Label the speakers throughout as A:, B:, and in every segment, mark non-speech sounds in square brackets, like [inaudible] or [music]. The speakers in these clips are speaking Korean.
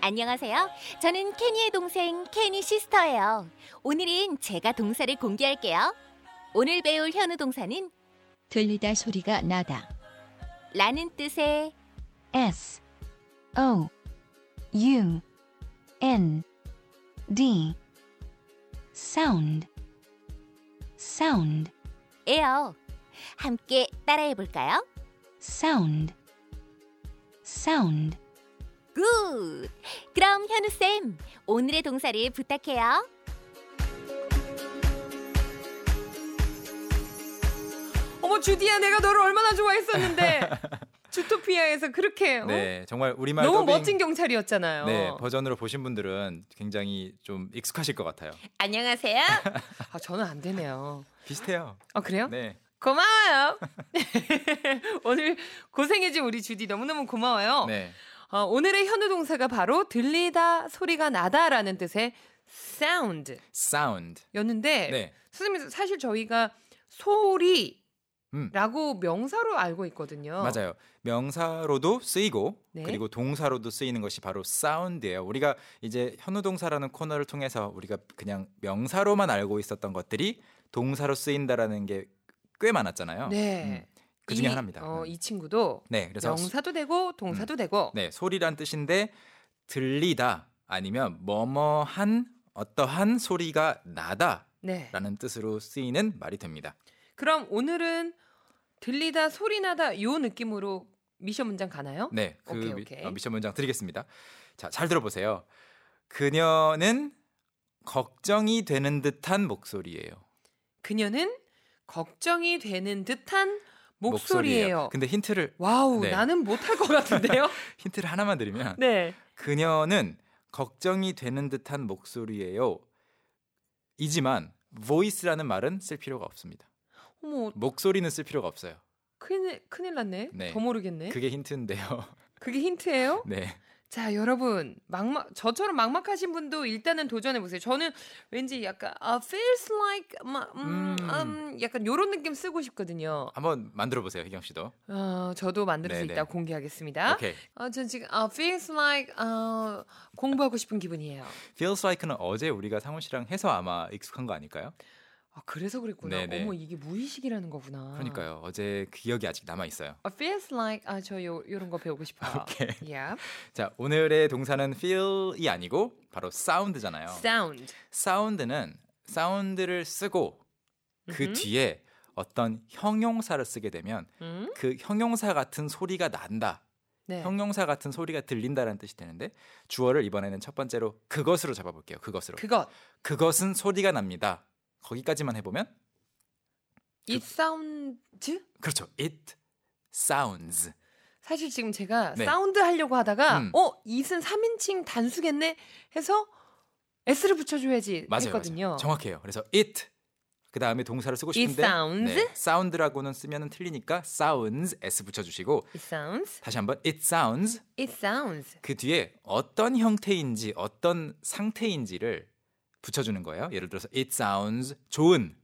A: 안녕하세요. 저는 케니의 동생 케니 시스터예요. 오늘은 제가 동사를 공개할게요. 오늘 배울 현우 동사는
B: 들리다 소리가 나다.
A: 라는 뜻의
B: S O U N D sound sound
A: 에요. 함께 따라해 볼까요?
B: sound sound
A: 굿! 그럼 현우쌤, 오늘의 동사를 부탁해요.
C: 어머 주디야 내가 너를 얼마나
D: [laughs]
C: 좋아했었는데 주토피아에서 그렇게 어?
D: 네, 정말 우리말
C: 너무
D: 더빙,
C: 멋진 경찰이었잖아요.
D: 네 버전으로 보신 분들은 굉장히 좀 익숙하실 것 같아요.
A: 안녕하세요.
C: 아 저는 안 되네요.
D: 비슷해요.
C: 아 그래요?
D: 네,
C: 고마워요. [laughs] 오늘 고생해준 우리 주디 너무너무 고마워요.
D: 네,
C: 어, 오늘의 현우 동사가 바로 들리다 소리가 나다라는 뜻의 sound였는데
D: 사운드. 네,
C: 선생님 사실 저희가 소리라고
D: 음.
C: 명사로 알고 있거든요.
D: 맞아요. 명사로도 쓰이고
C: 어. 네.
D: 그리고 동사로도 쓰이는 것이 바로 사운드예요. 우리가 이제 현우동사라는 코너를 통해서 우리가 그냥 명사로만 알고 있었던 것들이 동사로 쓰인다라는 게 꽤 많았잖아요.
C: 네.
D: 그 중에
C: 이,
D: 하나입니다.
C: 어,
D: 음.
C: 이 친구도
D: 네, 그래서
C: 명사도 되고 동사도 되고
D: 네, 소리란 뜻인데 들리다 아니면 뭐뭐한 어떠한 소리가 나다라는
C: 네.
D: 뜻으로 쓰이는 말이 됩니다.
C: 그럼 오늘은 들리다 소리 나다 요 느낌으로 미션 문장 가나요?
D: 네, 그
C: 오케이,
D: 미-
C: 오케이.
D: 어, 미션 문장 드리겠습니다. 자, 잘 들어보세요. 그녀는 걱정이 되는 듯한 목소리예요.
C: 그녀는 걱정이 되는 듯한
D: 목소리예요.
C: 목소리예요.
D: 근데 힌트를
C: 와우,
D: 네.
C: 나는 못할 것
D: [laughs]
C: 같은데요.
D: 힌트를 하나만 드리면
C: 네.
D: 그녀는 걱정이 되는 듯한 목소리예요. 이지만 voice라는 말은 쓸 필요가 없습니다.
C: 어머,
D: 목소리는 쓸 필요가 없어요.
C: 큰일 큰일 났네.
D: 네.
C: 더 모르겠네.
D: 그게 힌트인데요. [laughs]
C: 그... 게 힌트예요?
D: 네.
C: 자, 여러분, 막막 저처럼 막막하신 분도 일단은 도전해 보세요. 저는 왠지 약간 아 feels like 막, 음,
D: 음.
C: 음, 약간 요런 느낌 쓰고 싶거든요.
D: 한번 만들어 보세요, 희경 씨도.
C: 어, 저도 만들 수
D: 네네.
C: 있다 고 공개하겠습니다.
D: 오케이.
C: 아, 전 지금 아, feels like 아, 공부하고 싶은 기분이에요.
D: Feels like는 어제 우리가 상훈 씨랑 해서 아마 익숙한 거 아닐까요?
C: 아, 그래서 그랬구나.
D: 네네.
C: 어머 이게 무의식이라는 거구나.
D: 그러니까요. 어제 기억이 아직 남아 있어요.
C: 아, feels like 아, 저 요, 요런 거 배우고 싶어요.
D: [laughs] 아, 오케이.
C: Yeah.
D: 자, 오늘의 동사는 feel이 아니고 바로 sound잖아요.
C: Sound.
D: 사운드는 사운드를 쓰고 그
C: 음흠.
D: 뒤에 어떤 형용사를 쓰게 되면
C: 음?
D: 그 형용사 같은 소리가 난다.
C: 네.
D: 형용사 같은 소리가 들린다라는 뜻이 되는데 주어를 이번에는 첫 번째로 그것으로 잡아 볼게요. 그것으로.
C: 그것.
D: 그것은 소리가 납니다. 거기까지만 해 보면 그
C: It sounds.
D: 그렇죠. It sounds.
C: 사실 지금 제가
D: 네.
C: 사운드 하려고 하다가
D: 음.
C: 어, it은 3인칭 단수겠네 해서 s를 붙여 줘야지
D: 맞아요.
C: 했거든요.
D: 맞아요. 정확해요. 그래서 it 그 다음에 동사를 쓰고
C: It
D: 싶은데
C: sounds.
D: 네, sound라고는 쓰면은 틀리니까 sounds s 붙여주시고
C: It sounds.
D: 다시 한번 it sounds
C: It sounds.
D: 그 뒤에 어떤 형태인지 어떤 상태인지를 붙여주는 거예요. 예를 들어서 it sounds 좋은,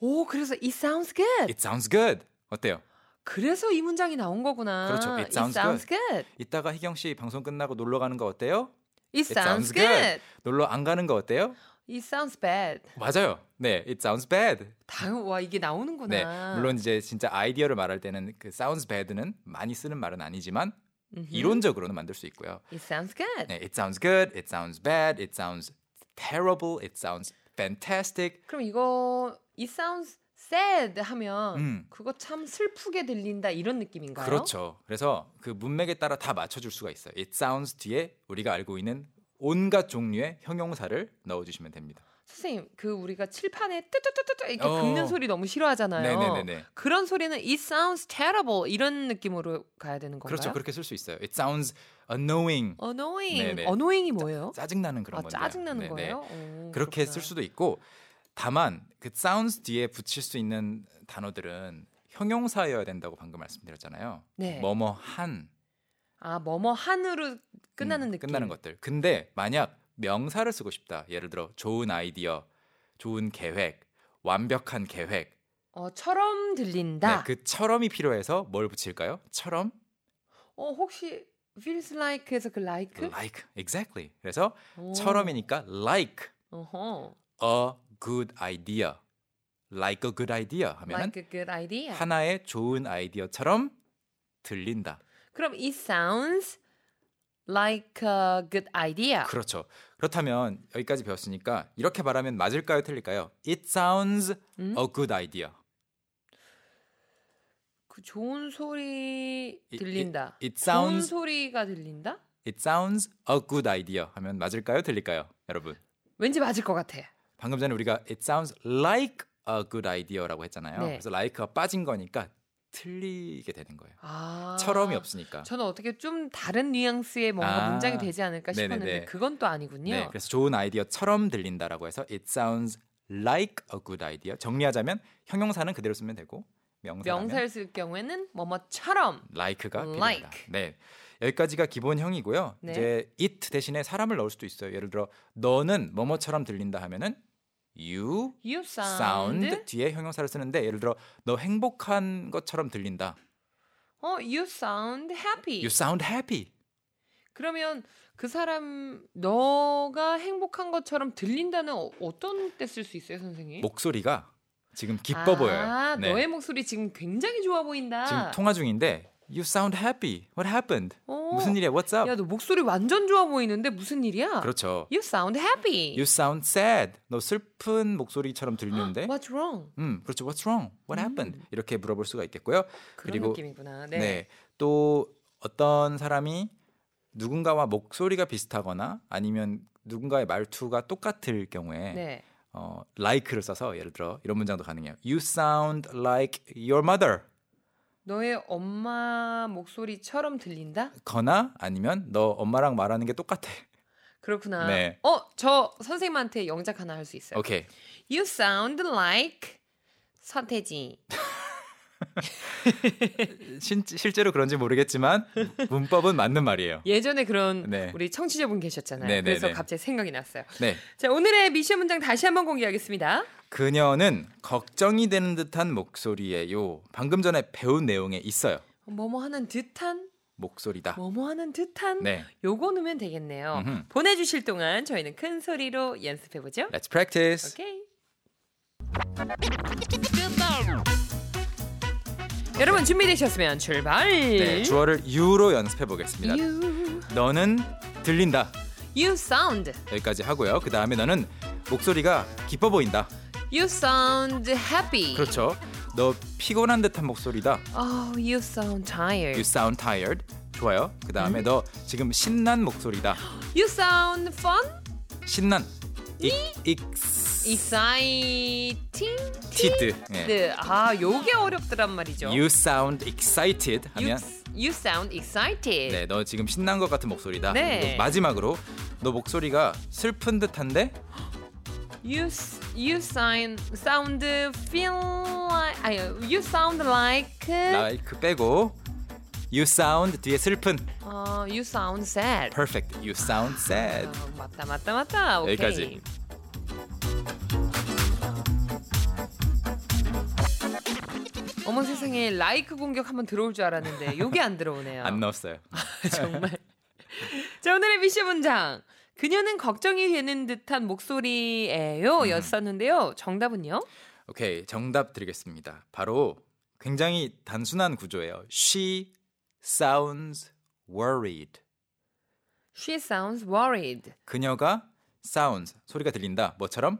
C: 오, 그래서 it sounds good.
D: it sounds good 어때요?
C: 그래서 이 문장이 나온 거구나.
D: 그렇죠. It sounds
C: good.
D: 이따가 희경 씨 방송 끝나고 놀러 가는 거 어때요?
C: It sounds
D: sounds
C: good.
D: 놀러 안 가는 거 어때요?
C: It sounds bad.
D: 맞아요. 네, it sounds bad.
C: 다, 와, 이게 나오는구나.
D: 네, 물론 이제 진짜 아이디어를 말할 때는 그 sounds bad는 많이 쓰는 말은 아니지만
C: 음흠.
D: 이론적으로는 만들 수 있고요.
C: It sounds good.
D: 네, it sounds good, it sounds bad, it sounds terrible, it sounds fantastic.
C: 그럼 이거 It sounds sad 하면
D: 음.
C: 그거 참 슬프게 들린다 이런 어, 느낌인가요?
D: 그렇죠. 그래서 그 문맥에 따라 다 맞춰줄 수가 있어요. It sounds 뒤에 우리가 알고 있는 온갖 종류의 형용사를 넣어주시면 됩니다.
C: 선생님, 그 우리가 칠판에 뜨뜨뜨뜨 이렇게
D: 어.
C: 긁는 소리 너무 싫어하잖아요.
D: 네네네네.
C: 그런 소리는 It sounds terrible 이런 느낌으로 가야 되는 건가요?
D: 그렇죠. 그렇게 쓸 수 있어요. It sounds annoying.
C: Annoying.
D: 네네.
C: Annoying이 뭐예요?
D: 짜증나는 그런
C: 아,
D: 건데.
C: 짜증나는 거예요? 오,
D: 그렇게
C: 그렇구나.
D: 쓸 수도 있고 다만 그 sounds 뒤에 붙일 수 있는 단어들은 형용사여야 된다고 방금 말씀드렸잖아요.
C: 네.
D: 뭐뭐한
C: 아, 뭐뭐 한으로 끝나는
D: 음,
C: 느낌.
D: 끝나는 것들. 근데 만약 명사를 쓰고 싶다. 예를 들어 좋은 아이디어, 좋은 계획, 완벽한 계획
C: 어처럼 들린다.
D: 네, 그처럼이 필요해서 뭘 붙일까요? 처럼
C: 어 혹시 feels like에서 그 like?
D: like exactly. 그래서
C: 오.
D: 처럼이니까 like
C: 어허.
D: a good idea. like a good idea 하면 은
C: like a good idea.
D: 하나의 좋은 아이디어처럼 들린다.
C: 그럼 it sounds like a good idea.
D: 그렇죠. 그렇다면 여기까지 배웠으니까 이렇게 말하면 맞을까요, 틀릴까요? It sounds
C: 음?
D: a good idea.
C: 그 좋은 소리
D: 이- 이-
C: 들린다.
D: it
C: 좋은
D: sounds
C: 소리가 들린다?
D: it sounds a good idea 하면 맞을까요, 틀릴까요, 여러분?
C: 왠지 맞을 것 같아.
D: 방금 전에 우리가 it sounds like a good idea라고 했잖아요.
C: 네.
D: 그래서 like가 빠진 거니까 틀리게 되는 거예요.
C: 아.
D: 처럼이 없으니까.
C: 저는 어떻게 좀 다른 뉘앙스의 뭔가
D: 아.
C: 문장이 되지 않을까
D: 네네네.
C: 싶었는데 그건 또 아니군요.
D: 네, 그래서 좋은 아이디어처럼 들린다라고 해서 it sounds like a good idea. 정리하자면 형용사는 그대로 쓰면 되고 명사라면
C: 명사를 쓸 경우에는 뭐뭐처럼
D: like가 필요하다.
C: Like.
D: 네. 여기까지가 기본형이고요.
C: 네.
D: 이제 it 대신에 사람을 넣을 수도 있어요. 예를 들어 너는 뭐뭐처럼 들린다 하면은 you
C: you sound,
D: sound 뒤에 형용사를 쓰는데 예를 들어 너 행복한 것처럼 들린다.
C: 어 you sound happy.
D: You sound happy.
C: 그러면 그 사람 너가 행복한 것처럼 들린다는 어, 어떤 때 쓸 수 있어요, 선생님?
D: 목소리가 지금 기뻐
C: 아,
D: 보여요. 네.
C: 너의 목소리 지금 굉장히 좋아 보인다.
D: 지금 통화 중인데 you sound happy. What happened?
C: 어,
D: 무슨 일이야? What's up?
C: 야, 너 목소리 완전 좋아 보이는데 무슨 일이야?
D: 그렇죠.
C: You sound happy.
D: You sound sad. 너 슬픈 목소리처럼 들리는데.
C: What's wrong?
D: 음, 그렇죠. What's wrong? What happened? 이렇게 물어볼 수가 있겠고요.
C: 그런
D: 그리고-
C: 느낌이구나. 음. 네.
D: 또 어떤 사람이 누군가와 목소리가 비슷하거나 아니면 누군가의 말투가 똑같을 경우에
C: 네.
D: 어, like를 써서 예를 들어 이런 문장도 가능해요. You sound like your mother.
C: 너의 엄마 목소리처럼 들린다?
D: 거나 아니면 너 엄마랑 말하는 게 똑같아.
C: 네. 그렇구나.
D: 네.
C: 어, 저 선생님한테 영작 하나 할 수 있어요.
D: 오케이.
C: You sound like 서태지.
D: 신, 실제로
C: [laughs]
D: 그런지 모르겠지만 문법은 맞는 말이에요.
C: 예전에 그런
D: 네.
C: 우리 청취자분 계셨잖아요.
D: 네, 네,
C: 그래서
D: 네.
C: 갑자기 생각이 났어요.
D: 네.
C: 자, 오늘의 미션 문장 다시 한번 공개하겠습니다.
D: 그녀는 걱정이 되는 듯한 목소리예요. 방금 전에 배운 내용에 있어요.
C: 뭐뭐 하는 듯한,
D: 목소리다.
C: 뭐뭐 하는 듯한
D: 네.
C: 요거 넣으면 되겠네요.
D: 음흠. 네.
C: 보내주실 동안 저희는 큰 소리로 연습해 보죠.
D: Let's practice.
C: 오케이. 여러분 준비되셨으면 출발.
D: 네, 주어를 you로 연습해 보겠습니다.
C: You,
D: 너는 들린다.
C: you sound,
D: 여기까지 하고요. 그 다음에 너는 목소리가 기뻐 보인다.
C: you sound happy.
D: 그렇죠. 너 피곤한 듯한 목소리다.
C: Oh, you sound
D: You
C: tired.
D: sound tired. 좋아요. 그 다음에 너 지금 신난 목소리다.
C: You sound fun,
D: 신난. 이- 익스-
C: exciting.
D: 익스티드. 예.
C: 네. 아, 요게 어렵더란 말이죠.
D: You sound excited
C: you,
D: 하면
C: you sound excited.
D: 네, 너 지금 신난 것 같은 목소리다.
C: 네.
D: 그리고 마지막으로 너 목소리가 슬픈 듯한데
C: You s- you sign, sound feel like 아니, you sound like
D: like 빼고 you sound 뒤에 슬픈
C: 어, you sound sad.
D: perfect. You sound sad.
C: 어, 맞다 맞다 맞다. 오케이.
D: 여기까지.
C: 어머 세상에 라이크 공격 한번 들어올 줄 알았는데 요게 안 들어오네요.
D: 안 넣었어요.
C: 정말. [laughs] 자 오늘의 미션 문장. 그녀는 걱정이 되는 듯한 목소리예요.
D: 음.
C: 였었는데요. 정답은요?
D: 오케이 정답 드리겠습니다. 바로 굉장히 단순한 구조예요. She sounds worried.
C: She sounds worried.
D: 그녀가 sounds 소리가 들린다. 뭐처럼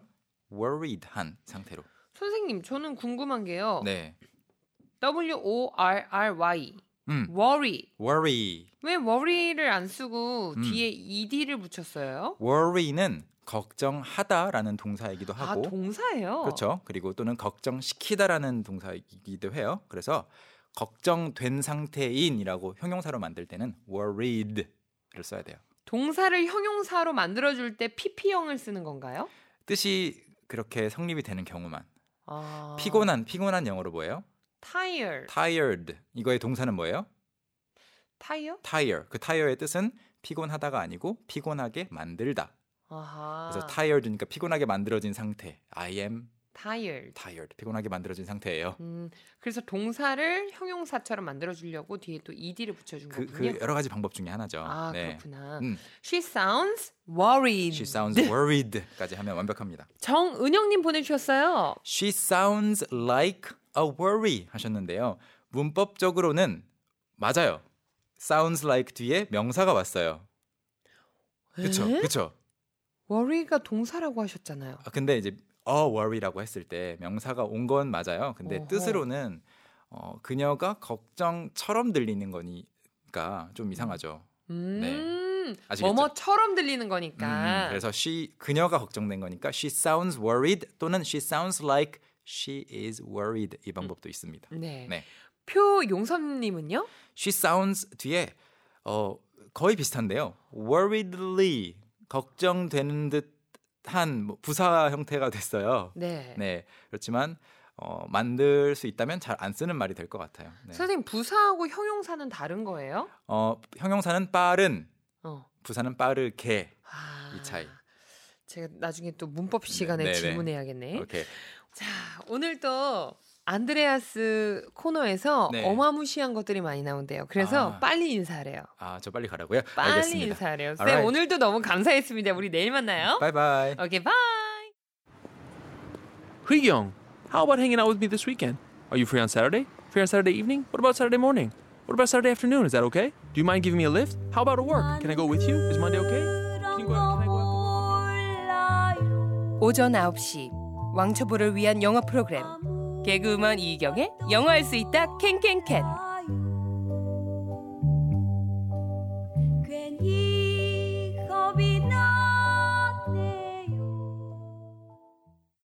D: worried한 상태로.
C: 선생님, 저는 궁금한 게요.
D: 네.
C: W O R R Y.
D: 음.
C: worry.
D: worry.
C: 왜 worry를 안 쓰고
D: 음.
C: 뒤에 ed를 붙였어요?
D: worry는 걱정하다라는 동사이기도
C: 아,
D: 하고
C: 동사예요.
D: 그렇죠. 그리고 또는 걱정시키다라는 동사이기도 해요. 그래서 걱정된 상태인이라고 형용사로 만들 때는 worried를 써야 돼요.
C: 동사를 형용사로 만들어 줄때 pp형을 쓰는 건가요?
D: 뜻이 그렇게 성립이 되는 경우만
C: 아.
D: 어. 피곤한 피곤한 영어로 뭐예요?
C: tired.
D: tired 이거의 동사는 뭐예요?
C: tired?
D: tire 그 tire의 뜻은 피곤하다가 아니고 피곤하게 만들다.
C: 아하.
D: 그래서 tired니까 피곤하게 만들어진 상태. I am
C: tired.
D: tired 피곤하게 만들어진 상태예요.
C: 음, 그래서 동사를 형용사처럼 만들어 주려고 뒤에 또 ed를 붙여 준
D: 그, 그
C: 거군요.
D: 여러 가지 방법 중에 하나죠.
C: 아, 그렇구나.
D: 음.
C: She sounds worried.
D: She sounds worried까지 하면 완벽합니다.
C: 정은영 님 보내 주셨어요.
D: She sounds like a worry 하셨는데요. 문법적으로는 맞아요. sounds like 뒤에 명사가 왔어요. 그렇죠.
C: 에?
D: 그렇죠.
C: worry가 동사라고 하셨잖아요.
D: 아, 근데 이제 a worry라고 했을 때 명사가 온 건 맞아요. 근데
C: 어허.
D: 뜻으로는 어, 그녀가 걱정처럼 들리는 거니까 좀 이상하죠.
C: 음.
D: 네. 아시겠죠?
C: 뭐뭐처럼 들리는
D: 음,
C: 거니까.
D: 그래서 she 그녀가 걱정된 거니까 she sounds worried 또는 she sounds like she is worried 이 방법도 있습니다.
C: 네.
D: 네.
C: 표용선 님은요?
D: she sounds 뒤에 어, 거의 비슷한데요. worriedly 걱정되는 듯한 뭐 부사 형태가 됐어요.
C: 네.
D: 네 그렇지만 어, 만들 수 있다면 잘 안 쓰는 말이 될 것 같아요. 네.
C: 선생님 부사하고 형용사는 다른 거예요?
D: 어, 형용사는 빠른,
C: 어.
D: 부사는 빠르게.
C: 아,
D: 이 차이.
C: 제가 나중에 또 문법 시간에
D: 네, 네.
C: 질문해야겠네.
D: 이렇게
C: 자, 오늘 또 안드레아스 코너에서
D: 네.
C: 어마무시한 것들이 많이 나온대요. 그래서
D: 아.
C: 빨리 인사하래요.
D: 아저 빨리 가라고요?
C: 빨리
D: 알겠습니다.
C: 인사하래요. 쌤
D: Alright. 음,
C: 오늘도 너무 감사했습니다. 우리 내일 만나요.
D: 바이바이.
C: 오케이, 바이.
E: Young, how about hanging out with me this weekend? Are you free on Saturday? Free on Saturday evening? What about Saturday morning? What about Saturday afternoon? Is that okay? Do you mind giving me a lift? How about a work? Can I go with you? Is Monday okay? Can you go out? Can I go out?
F: 오전 9시 왕초보를 위한 영어 프로그램 개그우먼 이경의 영어할 수 있다 캔캔캔